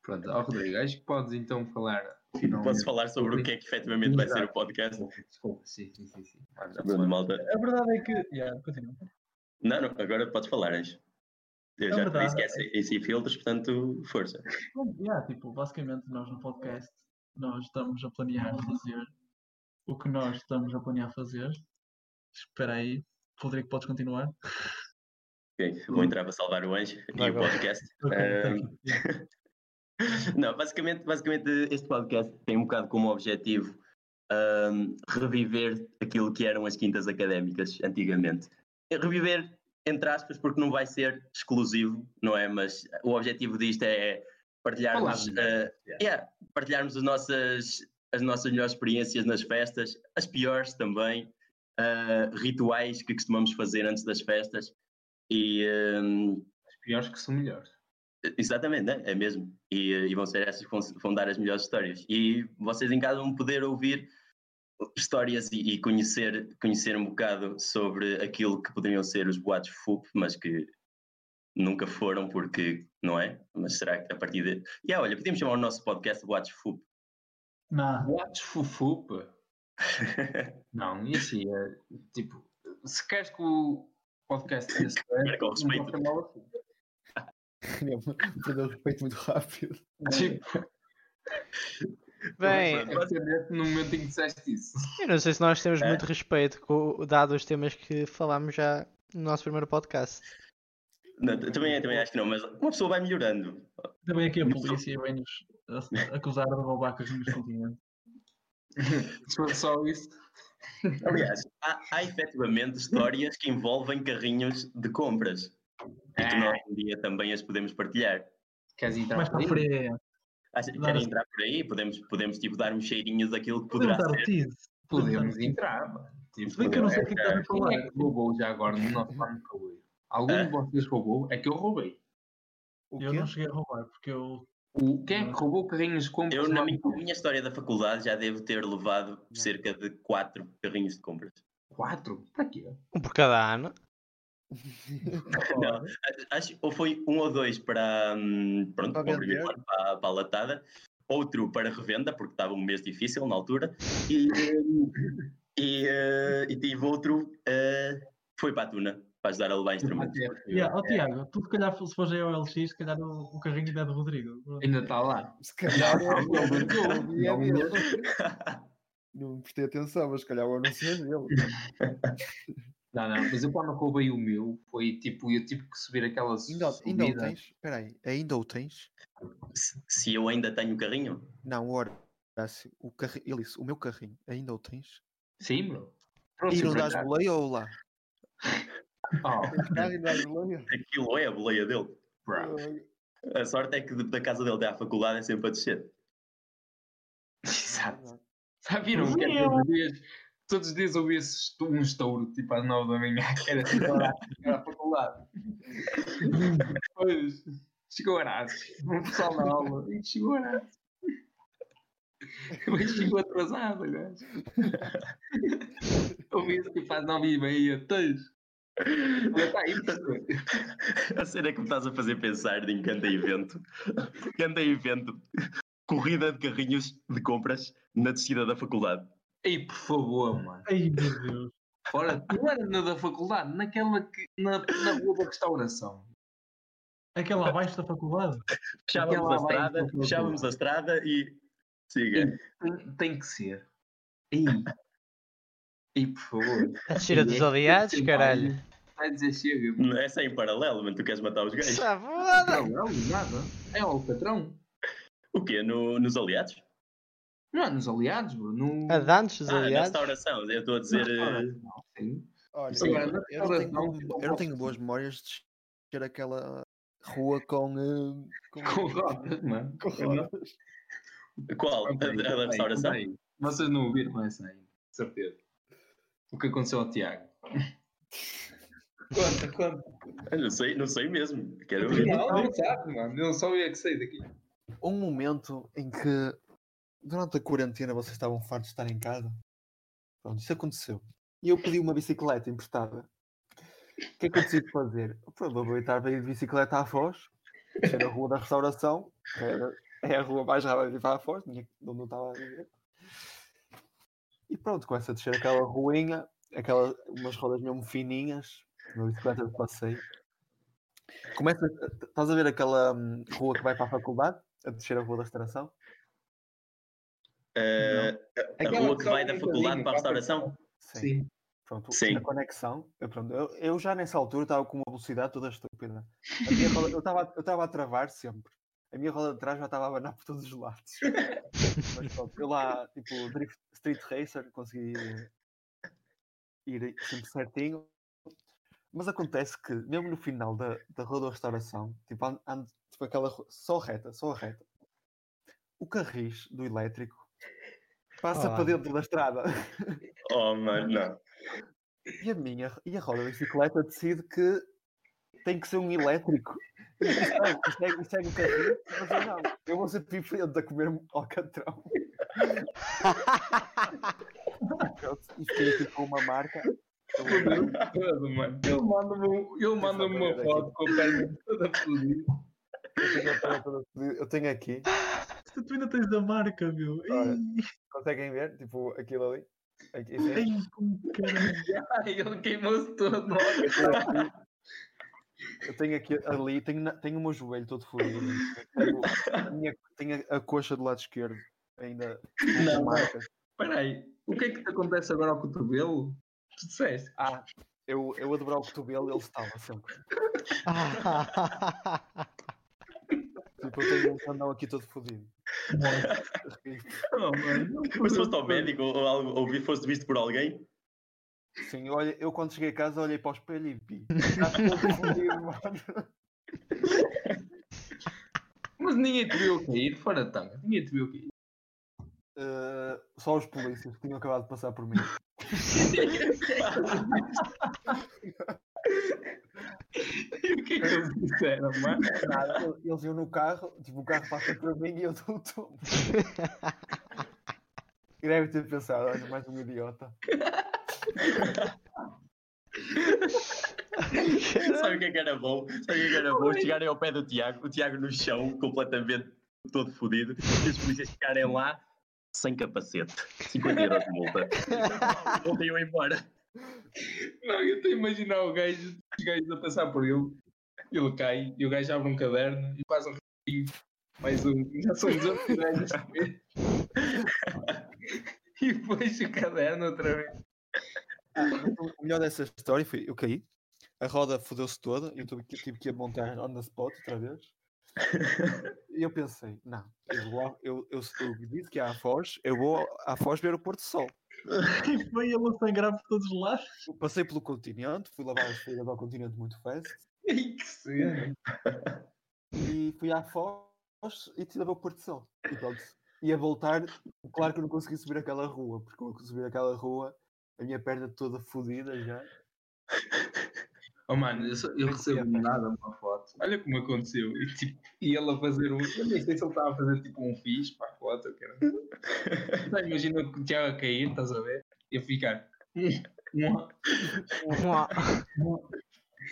Pronto, ó Rodrigo, acho que podes então falar. Finalmente.
Posso falar sobre o que é que efetivamente vai ser o
Exato.
podcast?
Desculpa, Desculpa, sim, sim, sim. sim. Mas,
Bruno, malta.
A verdade é que. Yeah, continua.
Não, não, agora podes falar, Anjo. Eu
É
já te
verdade.
disse que é sem- é sem filtros, portanto, força.
Bom, yeah, tipo, basicamente nós no podcast nós estamos a planear fazer o que nós estamos a planear fazer. Espera aí, Rodrigo, podes continuar?
Ok, Vou entrar para salvar o Anjo e
Uhum. Vai,
o
vai.
podcast.
Ok,
Eh,
Ahm,
thank you. Yeah.
Não, basicamente, basicamente este podcast tem um bocado como objetivo ahm, reviver aquilo que eram as quintas académicas antigamente. E Reviver, entre aspas, porque não vai ser exclusivo, não é? Mas o objetivo disto é partilharmos,
Falar.
ah, yeah, partilharmos as, nossas, as nossas melhores experiências nas festas, as piores também, ah, rituais que costumamos fazer antes das festas. E, ahm,
Os piores que são melhores.
Exatamente, né? é mesmo. E, eh, e vão ser essas que vão se- vão dar as melhores histórias. E vocês em casa vão poder ouvir histórias e, e conhecer, conhecer um bocado sobre aquilo que poderiam ser os boatos FUP, mas que nunca foram, porque, não é? Mas será que a partir de. E ah, olha, podíamos chamar o nosso podcast Boatos FUP.
Não,
Boatos fufupa? Não, isso aí é tipo, se queres que o podcast tenha
Espera que eu
sucesso, não
respeito.
pode chamá-lo assim.
um Perdeu o respeito muito rápido.
Tipo,
é
Bem,
Basicamente, no momento em que disseste isso.
eu não sei se nós temos
É.
muito respeito com, dado os temas que falámos já no nosso primeiro podcast.
Não, t- também, também acho que não, mas uma pessoa vai melhorando.
Também aqui a polícia vem-nos a- acusar de roubar carrinhos de continente.
Se for só isso,
Aliás, há, há efetivamente histórias que envolvem carrinhos de compras. E que nós um dia também as podemos partilhar.
queres entrar
Mais
por
para
aí?
a frente.
Acho,
Claro.
querem entrar por aí? Podemos, podemos tipo, dar um cheirinho daquilo que poderá
Podemos dar o
ser.
tease.
Podemos entrar, mano.
então.
Tipo,
Se bem que eu não sei o que é que estás a
Quem
falar. Uhum.
é que roubou já agora no nosso plano de calor? Algum de vocês roubou? É que eu roubei.
O
Eu
quê?
não cheguei a roubar, porque eu.
O, quem é
Uhum.
que roubou carrinhos de compras?
Eu, na
lá?
minha, minha história da faculdade, já devo ter levado cerca de quatro carrinhos de compras.
Quatro? Para quê?
Um por cada ano.
Não, acho, ou foi um ou dois para, hum, pronto,
Para
para, o primeiro
vender.
ano, para, para a latada, outro para revenda, porque estava um mês difícil na altura, e, hum, e, eh, e tive outro eh, que foi para a Tuna, para ajudar a levar
é
instrumentos.
Yeah,
é.
oh, Tiago, tu se calhar se fores aí ao LX, se calhar o, o carrinho é do Rodrigo. Pronto.
Ainda está lá.
Se calhar o anúncio
não,
é dele, é
não,
dele. Não prestei atenção, mas se calhar o anúncio é dele.
Não, não, mas eu quando roubei o meu, foi tipo, eu tive que subir aquela
Ainda, ainda o
subida.
tens? Espera aí, ainda o tens?
Se, se eu ainda tenho o carrinho,
Não, ora. Horácio, O, carri... ele disse, o meu carrinho, ainda o tens?
Sim, bro.
E
Trouxe
não
para
dás
cá.
boleia ou lá?
Oh,
aquilo é a boleia dele.
bro.
A sorte é que de- da casa dele até à faculdade é sempre a descer.
Exato. Já viram que é todos os dias, todos os dias ouvi esse estu- um estouro, tipo às 9 da manhã, que era tipo era era a faculdade. Pois, chegou Horácio, um pessoal na aula, e chegou Horácio. Mas chegou atrasado, gajo. Ouvi isso tipo às 9 e meia, tens. Já está aí, professor.
A cena é que me estás a fazer pensar de encanta evento. Encanta evento. Corrida de carrinhos de compras na descida da faculdade.
Ei, por favor, mano.
Ai meu Deus.
Ora, não era na da faculdade, naquela que. na, na rua da restauração.
Aquela abaixo da faculdade.
Fechávamos
Aquela lá
a
vai
estrada,
para o
fechávamos a estrada e. Siga.
Tem, tem que ser. Ei. Ei, por favor. é
A descida dos
Ei,
aliados,
tem
caralho.
mais. Vai dizer chega. mano.
Não, Essa é em paralelo, mas tu queres matar os gays.
é Savoada!
Não, não, nada. É o patrão.
O quê? No- nos aliados?
Não é nos aliados, bro. No...
A dantes dos
Ah, na
aliados.
restauração. Eu estou a
na
dizer. eh,
restauração, sim.
Olha,
Sim.
Agora, na
Eu é não, tenho,
restauração,
eu não tenho boas memórias de ter aquela rua com. eh,
Com rodas, mano.
com rodas.
Qual? A,
Espera aí,
a
espera
da
aí,
restauração?
espera aí. Vocês não ouviram essa ainda, de certeza. O que aconteceu ao Tiago? conta, conta.
Eu Não sei, não sei mesmo. Quero ver.
Não, não sabe, mano. Eu só ia que sair daqui.
um momento em que durante a quarentena vocês estavam fartos de estar em casa. Pronto, isso aconteceu. E eu pedi uma bicicleta emprestada. O que é que eu decidi fazer? Pronto, aproveitar para ir de bicicleta à Foz, descer a rua da restauração, que era, é a rua mais rápida de ir para a Foz, tinha- onde eu estava a viver. E pronto, começa a descer aquela ruinha, aquela, umas rodas mesmo fininhas, uma bicicleta de passeio. Começa, estás a ver aquela hum, rua que vai para a faculdade? a descer a rua da restauração.
Eh, a
Aquela
rua que
que
vai
dá
da
um bocadinho
faculdade para a
para a
restauração?
Sim.
Pronto,
Sim.
na conexão. Eu, pronto, eu, eu já nessa altura estava com uma velocidade toda estúpida. A minha roda- eu estava eu estava a travar sempre. A minha roda de trás já estava a abanar por todos os lados. Mas pronto, eu lá, tipo, drift, street racer, consegui eh, ir sempre certinho. Mas acontece que, mesmo no final da, da rua da restauração, tipo, ando, ando, tipo aquela ru- só reta, só reta, o carris do elétrico passa
Olá.
para dentro da estrada.
Oh, mano, não.
E a minha, e a roda da bicicleta decide que tem que ser um elétrico. E é, Segue, segue, segue o carrinho, um mas eu não. Eu vou ser diferente a comer um alcatrão. Pronto, Isto é tipo uma marca. Eu vou ver.
Todo, mano. Ele manda-me um- ele manda-me uma
Deixa eu ver
foto com a perna toda fodida.
Eu tenho a foto toda- Eu tenho aqui.
Tu, tu ainda tens da marca, meu.
Olha.
Ei,
Conseguem ver? Tipo, aquilo ali. Aqui, isso é-
ei, como caralho.
Ai, Ele queimou-se todo. mano.
Eu tenho aqui ali, tenho, na- tenho o meu joelho todo fodido. Tenho, tenho a, a coxa do lado esquerdo. ainda
Não,
marcas.
Espera aí, o que é que te acontece agora ao cotovelo? Tu disseste.
Ah, eu, eu a dobrar o cotovelo, ele estava sempre.
Ah,
Tipo, eu tenho um tendão aqui todo fodido.
Oh, mano.
Mas se foste ao médico ou, algo, ou vi- foste visto por alguém,
Sim, olha, eu quando cheguei a casa olhei para o espelho e vi. Está todo fodido, mano.
Mas ninguém te viu cair, fora de tanga. Ninguém te viu cair.
Eh, só os polícias que tinham acabado de passar por mim.
E o que é que eles disseram, mano?
Nada, eles- eles iam no carro, tipo, o carro passa para mim e eu dou o tombo. E deve ter pensado, olha, mais um idiota.
sabe o que é que era bom? Sabe o que é que era bom? Chegarem ao pé do Tiago, o Tiago no chão, completamente todo fodido, e os polícias chegarem lá sem capacete. 50 euros de multa. Multa iam embora.
Não, eu estou a imaginar o gajo, os gajos a passar por ele. Ele cai e o gajo abre um caderno e faz um risquinho. Mais um. Já são 18 gajos. E fecha o caderno outra vez.
O melhor dessa história foi, eu caí, a roda fodeu-se toda, eu tive que, tive que a montar on the spot outra vez. E eu pensei, não, eu, vou ao- eu, eu, eu disse que é à Foz, eu vou à Foz ver o Porto Sol.
E foi ele a sangrar por todos os lados.
Eu passei pelo continente, fui lavar as feiras ao continente muito fast,
Ai, que cena.
e fui à Foz e tive o Porto Sol. E pronto. E a voltar, claro que eu não consegui subir aquela rua, porque quando eu subir aquela rua, a minha perna toda fodida já.
Oh, é, mano, eu, só- eu recebo do nada uma foto. Olha como aconteceu. E, tipo, e ele a fazer um. Eu nem sei se ele estava a fazer tipo um fiz para a foto. Cara. Só imagina o Tiago a cair, estás a ver? E a ficar.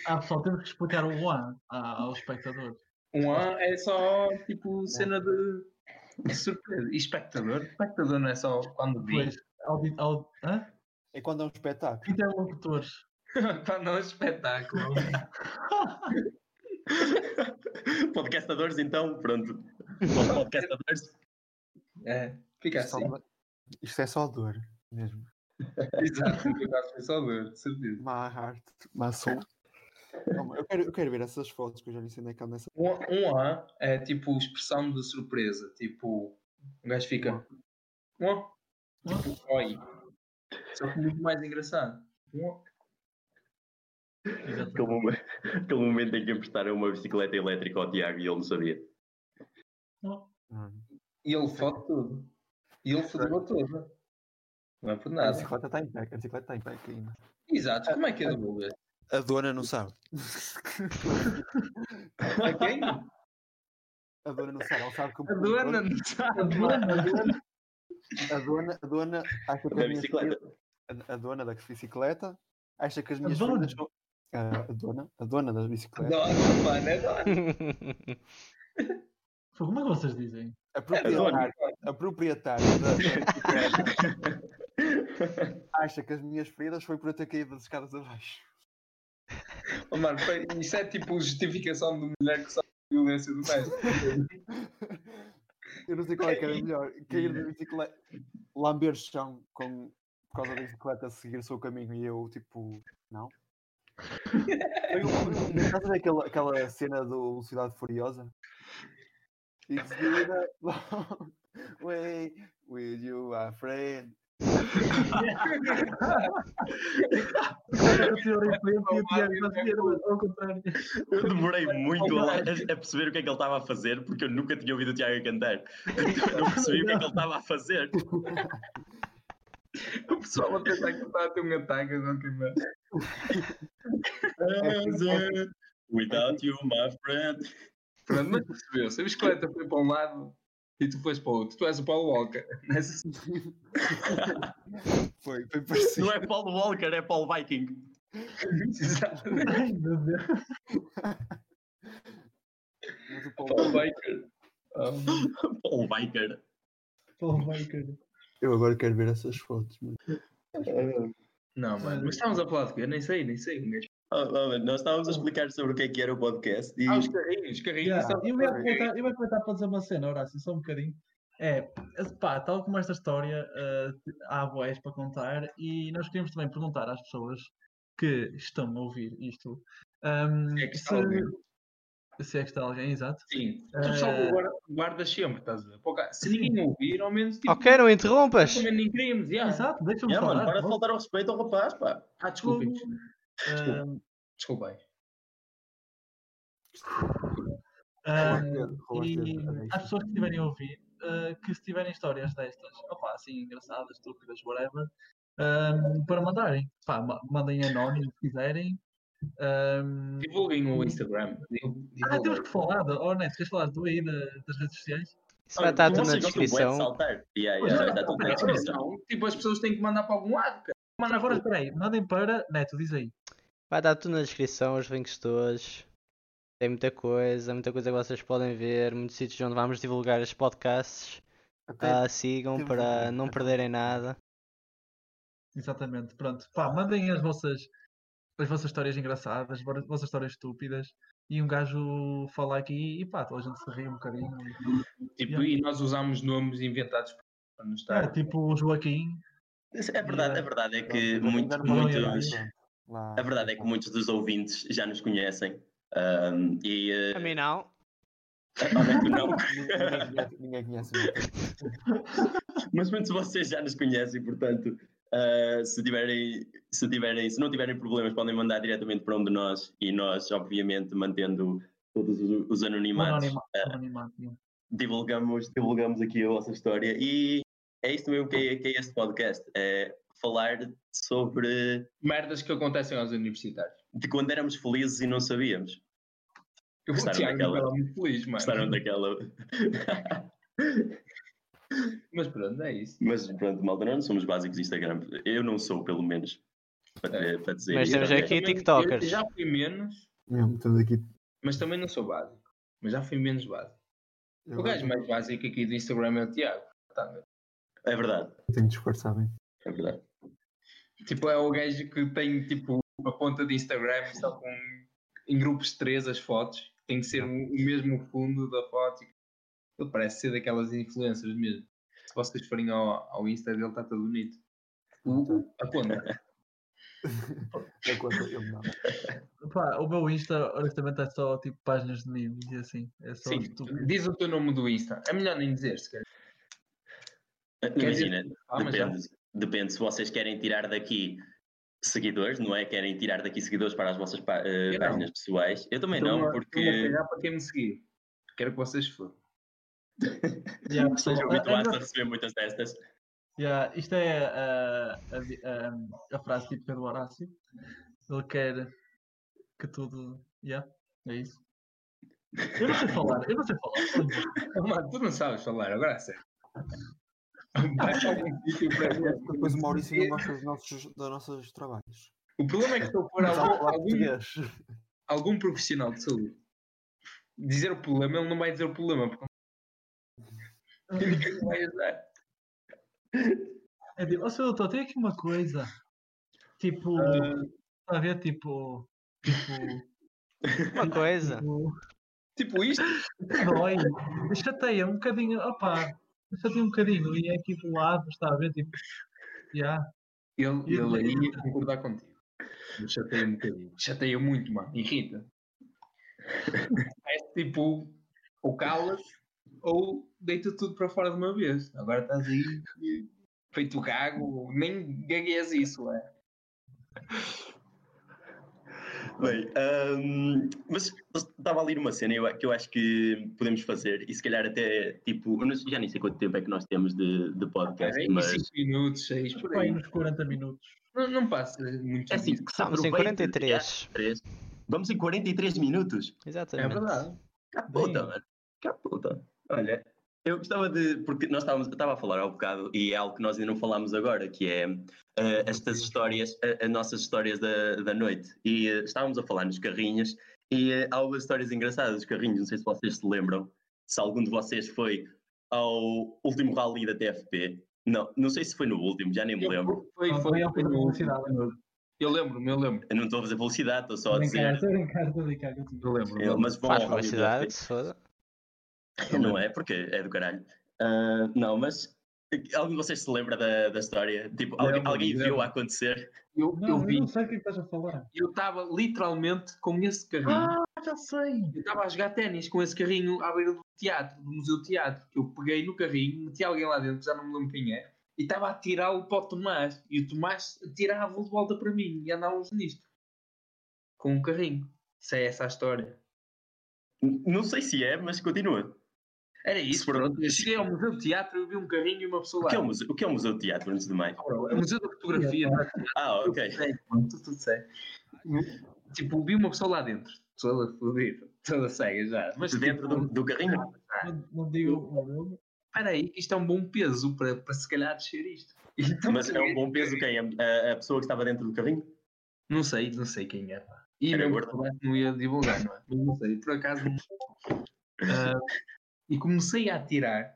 Ah, pessoal, temos que explicar o Juan a- aos espectadores.
Um A é só tipo cena de, de surpresa. E espectador? Espectador não é só quando vês.
Pois, audi- au- hã?
É quando é um espetáculo.
Interlocutores.
quando é um espetáculo.
Podcastadores, então, pronto. Aos Podcastadores.
É, fica
Isto,
assim.
só- isto é só dor mesmo.
Exato, fica assim só de certeza.
My heart, my soul. Calma, eu, quero, eu quero ver essas fotos que eu já nem sei onde é que ando nessa.
Um, um A é tipo expressão de surpresa. Tipo, o gajo fica. Um A. Tipo, oi. Só que muito mais engraçado. Um A.
Aquele momento, aquele momento em que emprestaram uma bicicleta elétrica ao Tiago e ele não sabia.
Hum.
E ele fode tudo. E ele fodeu tudo. Não é por
A
nada.
bicicleta está em pé, a bicicleta está em pé ainda.
Exato, como é que é devolver?
A dona não sabe.
A É quem?
A dona não sabe, ela sabe que o-
A dona não sabe.
a dona, a dona acha que
Da
as minhas
bicicleta.
filhas- a, a dona da bicicleta acha que as minhas
dona?
filhas são. A, a dona, a dona da bicicleta.
Adoro, mano, é adoro.
Foi como é que vocês dizem?
A
É
proprietária, a proprietária da bicicleta acha que as minhas feridas foi por eu ter caído das escadas abaixo.
Oh, mano, foi- isso é tipo justificação de mulher que sabe a violência do mestre.
Eu não sei qual é que era melhor. Cair da bicicleta. Lamber chão com... por causa da bicicleta seguir o seu caminho e eu, tipo, não. Foi um- Estás a ver aquela, aquela cena do Velocidade Furiosa? E de seguida. Way with you, my friend.
Eu tirei em frente e o Tiago vai ser ao contrário.
Eu demorei muito a, a perceber o que é que ele estava a fazer, porque eu nunca tinha ouvido o Tiago a cantar. Então eu não percebi o que é que ele estava a fazer.
O pessoal a pensar que ele está a ter um ataque a qualquer momento.
Without you, my friend.
Pronto, mas percebeu? Se a bicicleta foi para um lado e tu foste para o outro, tu és o Paulo Walker. Nessa-
Foi, foi parecido.
Não é Paul Walker, é Paul Viking.
Exato.
Ai, meu Deus.
é
Mas o
Paulo
Paulo-
Walker. Oh,
Paul Viker.
Oh, vai, cara.
Eu agora quero ver essas fotos. mano.
Não, mano, mas estávamos a falar de quê? Eu nem sei, nem sei. Mas...
Oh, oh, mano, nós estávamos a explicar sobre o que é que era o podcast e
Ah, os carrinhos, os carrinhos.
Yeah.
só-
Eu ia aproveitar eu ia aproveitar para dizer uma cena, Horácio, assim, só um bocadinho. É, pá, tal como esta história, eh, há boés para contar e nós queríamos também perguntar às pessoas que estão a ouvir isto. ahm,
Se é que está a ouvir.
se é que está alguém, exato.
Sim. Tu só
Eh,
guarda- guardas sempre, estás a ver? Pô, cá, Se ninguém ouvir, ao menos tipo.
Ok, não interrompas.
Também nem queríamos, já.
Exato, deixa-me
Yeah,
falar.
mano, para de
vou-
faltar o respeito ao rapaz, pá.
Ah, desculpem. desculpem.
ahm,
Desculpem.
Roubaste a- a
ahm, Ah, E
deixa.
às pessoas que estiverem a ouvir, eh, que se tiverem histórias destas, opá, assim, engraçadas, estúpidas, whatever, ehm, para mandarem. Pá, ma- mandem anónimo se quiserem. Ehm,
Divulguem o Instagram. Div-
ah,
divulguem.
temos que falar, da- oh Neto, queres falar tu aí da- das redes sociais?
Isso vai estar
Não
tudo na
sei, gosto bué é de
descrição.
saltar. Yeah,
Pois
yeah, vai
é,
estar tudo na
Não,
descrição.
não, Tipo, as pessoas têm que mandar para algum lado, cara.
Mano, agora espera aí, mandem para Neto, diz aí.
Vai estar tudo na descrição, os links todos. Tem muita coisa, muita coisa que vocês podem ver, muitos sítios onde vamos divulgar os podcasts.
Até
Ah, sigam
temos
para
aqui.
não perderem nada.
Exatamente, pronto. Pá, mandem as vossas, as vossas histórias engraçadas, as vo- vossas histórias estúpidas. E um gajo fala aqui e pá, toda a gente se ri um bocadinho.
Tipo, e nós usámos nomes inventados para nos
É,
estar.
tipo o Joaquim,
Isso É verdade, a verdade é que
pronto,
muito-
agora vamos dar uma
muitos.
olhada. Lá,
A verdade é que
lá.
muitos dos ouvintes já nos conhecem. ahm, e. eh,
A mim não.
obviamente não,
Ninguém conhece- Ninguém conhece. o Neto.
mas muitos de vocês já nos conhecem, portanto, ah, se, tiverem, se tiverem, se não tiverem problemas, podem mandar diretamente para um de nós e nós, obviamente, mantendo todos os, os
o
anonimatos,
anonimato.
ah,
o anonimato, sim.
divulgamos, divulgamos aqui a vossa história. E é isso mesmo que é, que é este podcast: é falar sobre
Merdas que acontecem aos universitários.
de quando éramos felizes e não sabíamos.
Eu vou
Gostaram
Tiago
daquela?
estava muito feliz, mano.
Gostaram daquela.
Mas pronto, é isso.
Mas pronto, malta, nós não somos básicos de Instagram. Eu não sou, pelo menos. Para,
É.
para dizer
Mas
isso.
temos
também.
aqui
Também,
tiktokers.
eu Já fui menos,
Não, estamos aqui.
mas também não sou básico. Mas já fui menos básico. O gajo mais básico aqui do Instagram é o Tiago. portanto,
É verdade,
Tenho de disfarçar bem.
é verdade.
Tipo, é o gajo que tem tipo uma conta de Instagram só com em grupos de três as fotos. Tem que ser o o mesmo fundo da foto. Ele parece ser daquelas influencers mesmo. Se vocês forem ao, ao Insta dele, está tudo bonito. O- o- a conta.
Eu conto, eu não.
Pá, o meu Insta, honestamente, é só tipo páginas de memes e assim. É só
Sim,
estúpido.
diz o teu nome do Insta. É melhor nem dizer, se calhar. Quer dizer-
Imagina,
Ah, mas já.
depende, depende se vocês querem tirar daqui seguidores, não é? Querem tirar daqui seguidores para as vossas pá- eh,
Eu não. Então,
páginas pessoais. Eu também
Estou
não,
a-
porque.
estou a cagar para quem me seguir. Quero que vocês foram.
Yeah,
Sejam
pessoal, é- é
habituados a
verdade.
receber muitas destas.
Yeah, isto é ah, a, vi- ah, a frase típica do Horácio. Ele quer que tudo. Yeah, é isso. Eu não sei falar, eu não sei
Oh,
falar.
mano, tu não sabes falar, agora é sério. Vai para algum sítio para ver.
Depois o Maurício não gosta dos nossos, dos nossos trabalhos.
O problema é que estou a pôr
Mas há de
algum,
falar
algum,
português.
algum profissional de saúde. Dizer o problema, ele não vai dizer o problema. Porque... Ninguém vai ajudar.
É tipo, ó seu doutor, tem aqui uma coisa. Tipo, está a ver? Tipo. Tipo.
Uma coisa.
tipo
Tipo isto,
dói. Chateia um bocadinho. Opá, chateia um bocadinho. E é aqui do lado, está a ver? Tipo. Yeah.
ele,
E-
ele aí ia concordar contigo. Me chateia um bocadinho. Chateia muito, mano. Irrita. É tipo, ou calas ou deita tudo para fora de uma vez. Agora estás aí e- feito gago, nem gagueias isso, é.
Bem, ahm, mas estava a ler uma cena eu- que eu acho que podemos fazer e se calhar até tipo, eu não sei- já nem sei quanto tempo é que nós temos de, de podcast,
Cara,
mas
5 É minutos, 6 por
Vai
aí.
nos 40 minutos.
Não, não passa muito
é assim,
disso.
que se
Estamos em
aproveite,
43.
três. Vamos em 43 minutos.
É
Exatamente.
verdade.
Caputa,
Bem.
mano. Caputa. Olha, eu gostava de. Porque nós estávamos. eu Estava a falar há um bocado e é algo que nós ainda não falámos agora, que é eh, estas histórias, eh, as nossas histórias da, da noite. E eh, estávamos a falar nos carrinhos e eh, há algumas histórias engraçadas dos carrinhos. Não sei se vocês se lembram, se algum de vocês foi ao último rally da TFP. Não, não sei se foi no último, já nem me lembro.
Eu, foi, foi, um
Não, foi ao
foi
fim da
no-
publicidade.
eu lembro-me, eu lembro.
Eu não estou a fazer velocidade, estou só a dizer.
Brincar, estou a brincar, estou a brincar.
Eu lembro.
Eh, Mas vão
Faz
ao rally da TFP.
publicidade, que se foda.
Não é? Porque é do caralho. Ah, não, mas alguém de vocês se lembra da, da história? Tipo, alguém-
Lembro,
alguém viu
lembro.
a acontecer?
Eu,
Não,
eu
eu
vi,
não sei o que é que estás a falar.
eu estava literalmente com esse carrinho.
Ah, já sei.
Eu estava a jogar ténis com esse carrinho à beira do teatro, do Museu do Teatro, que eu peguei no carrinho, meti alguém lá dentro, já não me lembro quem é, e estava a tirá-lo para o Tomás, e o Tomás tirava-o de volta para mim, e andávamos nisto. Com um carrinho. Se é essa a história.
Não sei se é, mas continua.
Era
Se
isso,
for-
pronto. Eu cheguei ao Museu do Teatro, eu vi um carrinho e uma pessoa
O que é o
lá.
museu, o que é o museu de teatro, antes de mais?
Ora, É o Museu da Fotografia, não é?
Ah, ok.
Sei, mano, tu tudo sei. Tipo, vi uma pessoa lá dentro, toda fodida, toda cega já. Mas
Mas dentro
tipo,
do, do carrinho?
Não, não digo o nome.
peraí, isto é um bom peso para, para se calhar descer isto. Então,
Mas é um bom peso quem? A- A, a pessoa que estava dentro do carrinho?
Não sei, não sei quem é. pá. E
Era
mesmo
gordo?
que soubesse, não ia divulgar, não é? Mas não sei, por acaso. não. Ah, e comecei a atirar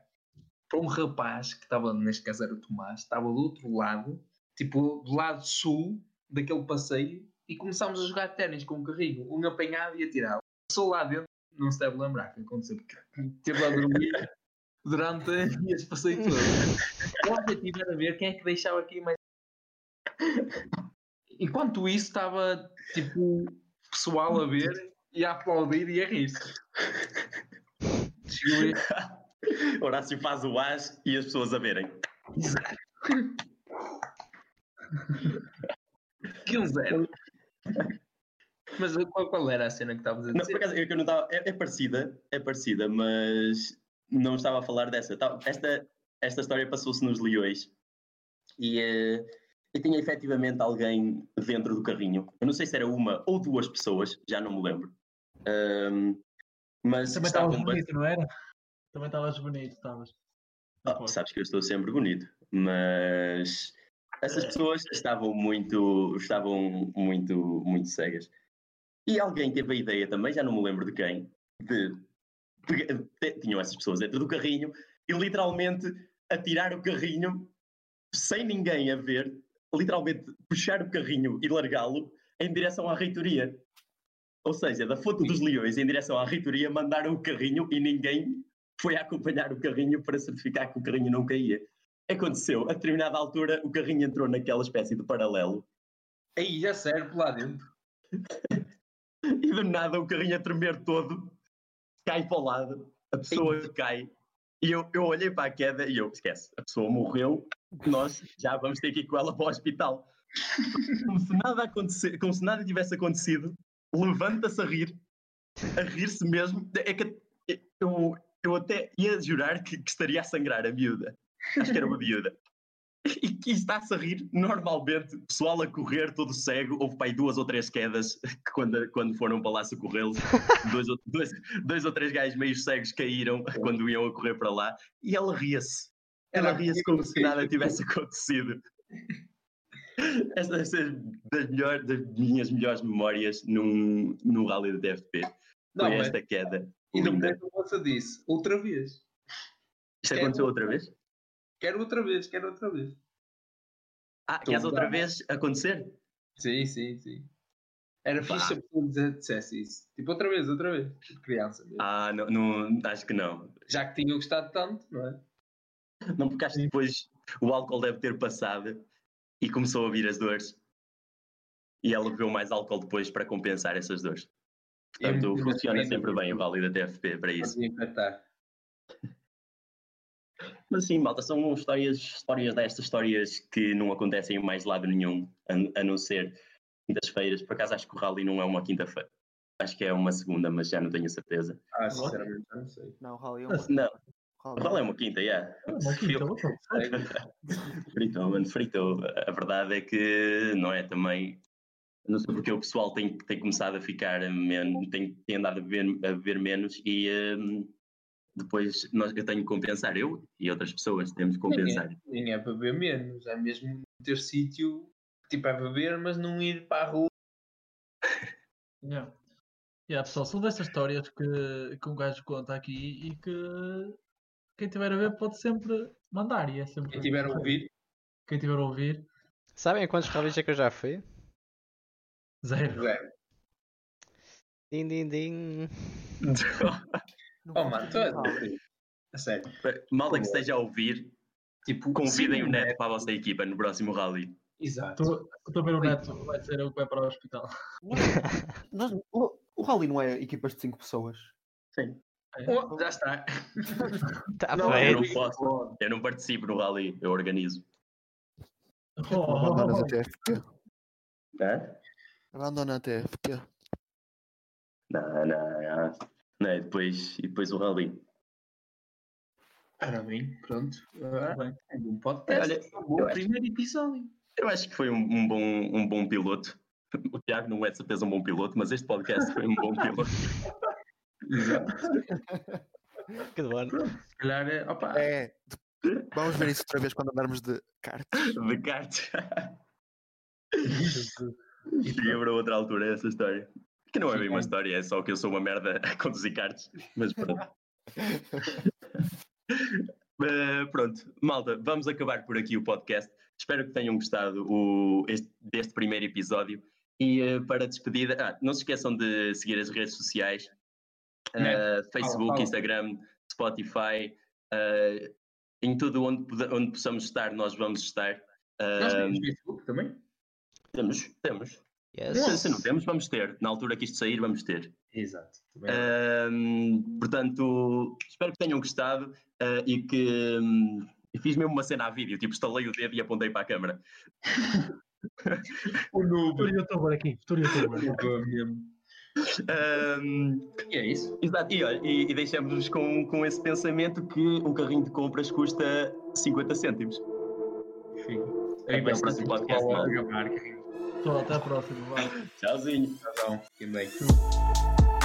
para um rapaz que estava, neste caso era o Tomás, estava do outro lado, tipo do lado sul daquele passeio, e começámos a jogar ténis com um carrinho, um apanhado e atirado. Passou lá dentro, não se deve lembrar o que aconteceu, porque esteve lá a dormir durante esse passeio todo. O objetivo era ver quem é que deixava aqui mais. Enquanto isso, estava tipo pessoal a ver e a aplaudir e a rir. Chegou a-
Horácio faz o as e as pessoas a verem.
que um zero. Mas qual, qual era a cena que estavas a
Não, por
dizer?
acaso, eu que não estava. É, é parecida, é parecida, mas não estava a falar dessa. Tá- Esta, esta história passou-se nos Leões e, eh, e tinha efetivamente alguém dentro do carrinho. Eu não sei se era uma ou duas pessoas, já não me lembro. Ahm, mas
Também
estavam
um
estavas
bem-
bonito, não era? Também estavas bonito, estavas.
Ah,
Concordo.
sabes que eu estou sempre bonito, mas essas pessoas estavam muito, estavam muito, muito cegas. E alguém teve a ideia também, já não me lembro de quem, de, pega- te- tinham essas pessoas dentro do carrinho e literalmente atirar o carrinho sem ninguém a ver, literalmente puxar o carrinho e largá-lo em direção à reitoria. Ou seja, da foto dos leões em direção à reitoria, mandaram o carrinho e ninguém foi a acompanhar o carrinho para certificar que o carrinho não caía. Aconteceu, a determinada altura, o carrinho entrou naquela espécie de paralelo
Aí já serve lá dentro.
e do nada o carrinho a tremer todo cai para o lado, a pessoa cai e eu, eu olhei para a queda e eu, esquece, a pessoa morreu, nós já vamos ter que ir com ela para o hospital. Como se nada, acontecer, como se nada tivesse acontecido, levanta-se a rir, a rir-se mesmo, é que eu, eu até ia jurar que, que estaria a sangrar a miúda, acho que era uma miúda. E que está-se a rir normalmente, pessoal a correr todo cego, houve pai duas ou três quedas que quando, quando foram para lá socorrê-los, dois, ou- dois, dois ou três gajos meio cegos caíram quando iam a correr para lá e ela ria-se. É. Ela
Ela
ria-se como se nada tivesse acontecido. Esta deve ser das, melhor- das minhas melhores memórias num, num rally de DFP.
Não,
Foi
mas,
esta queda.
e é
linda.
depois você disse, outra vez.
Isto
é-
aconteceu outra vez?
Quero outra vez, quero outra vez.
Ah,
Tudo
queres outra
bem.
vez acontecer?
Sim, sim, sim. Era
Pá.
fixe se a pessoa dizer- dissesse isso. Tipo, outra vez, outra vez. Tipo, criança. mesmo.
Ah, não, não, acho que não.
Já que tinha gostado tanto, não é?
Não, porque acho que depois o álcool deve ter passado e começou a vir as dores. E ela bebeu mais álcool depois para compensar essas dores. Portanto,
Eu-
funciona sempre bem o Rally da TFP para isso.
Pode infectar.
Mas sim, malta, são histórias, histórias destas histórias que não acontecem em mais lado nenhum, a, a não ser quintas-feiras. Por acaso acho que o Rally não é uma quinta-feira. Acho que é uma segunda, mas já não tenho certeza.
Ah, sinceramente, já não sei.
Não, Rally
Ah,
é uma.
Não, o
Rally
Rally é uma quinta, yeah.
Ah, mas sim, estava bom.
Fritou, mano, fritou. A verdade é que, não é, também... Não sei porque o pessoal tem, tem começado a ficar menos, tem, tem andado a beber, a beber menos e hum, depois nós, eu tenho que compensar, eu e outras pessoas temos que compensar.
Nem é para beber menos, é mesmo ter sítio, tipo, é beber, mas não ir para a rua.
Yeah. Yeah, pessoal, são destas histórias que, que um gajo conta aqui e que quem tiver a ver pode sempre mandar. E é sempre
Quem tiver a ouvir,
Quem tiver a ouvir,
Sabem quantos rallies é que eu já fui?
zero.
zero.
Din din din.
Oh, mano, tu és um
A sério. Malta é que esteja a ouvir,
Tipo,
convidem
sim,
o Neto para a vossa equipa no próximo rally.
Exato.
Estou estou a ver o neto, vai ser eu que vai para o hospital.
Nós- o, o Rally não é equipas de 5 pessoas.
Oh, já está.
Está
Não,
Eu
feito.
É, não posso, eu não participo no rally, eu organizo.
Oh, oh,
Abandonas
oh,
a TFP.
Hã?
Abandona a TFP.
Não, não, não. Não, e depois, e depois o rally.
Ora bem, pronto.
oh,
Agora
bem.
é um podcast.
Tá Olha,
é um bom
eu acho-
primeiro episódio.
Eu acho que foi um, um bom, um bom piloto. O Tiago não é de certeza um bom piloto, mas este podcast foi um bom piloto.
Que bom.
Se calhar, eh, opa,
É. Vamos ver isso outra vez quando andarmos de kart.
de cartas. Fica para outra altura essa história. Que não é bem uma história, é só que eu sou uma merda a conduzir cartas. Mas pronto. Eh, pronto, malta, vamos acabar por aqui o podcast. Espero que tenham gostado o- este- deste primeiro episódio. E eh, para despedida, ah, não se esqueçam de seguir as redes sociais: eh, Facebook,
Né? fala.
Instagram, Spotify, eh, em tudo onde, pude- onde possamos estar, nós vamos estar.
nós
Eh,
temos Facebook também.
temos, temos.
Yes.
Se, se não temos, vamos ter. Na altura que isto sair, vamos ter.
Exato.
Ah. Ahm, portanto, espero que tenham gostado ah, e que hum, eu fiz mesmo uma cena a vídeo, tipo, estalei o dedo e apontei para a câmara.
O
Futuro youtuber aqui, futuro youtuber.
Ahm,
E é isso.
Ah, exato, e, olha, e, e deixamos-vos com, com esse pensamento que um carrinho de compras custa 50 cêntimos.
Enfim.
Até o próximo podcast, malta.
Acabar,
Pessoal, até a próxima. Vai.
é
Tchauzinho.
Quem bem.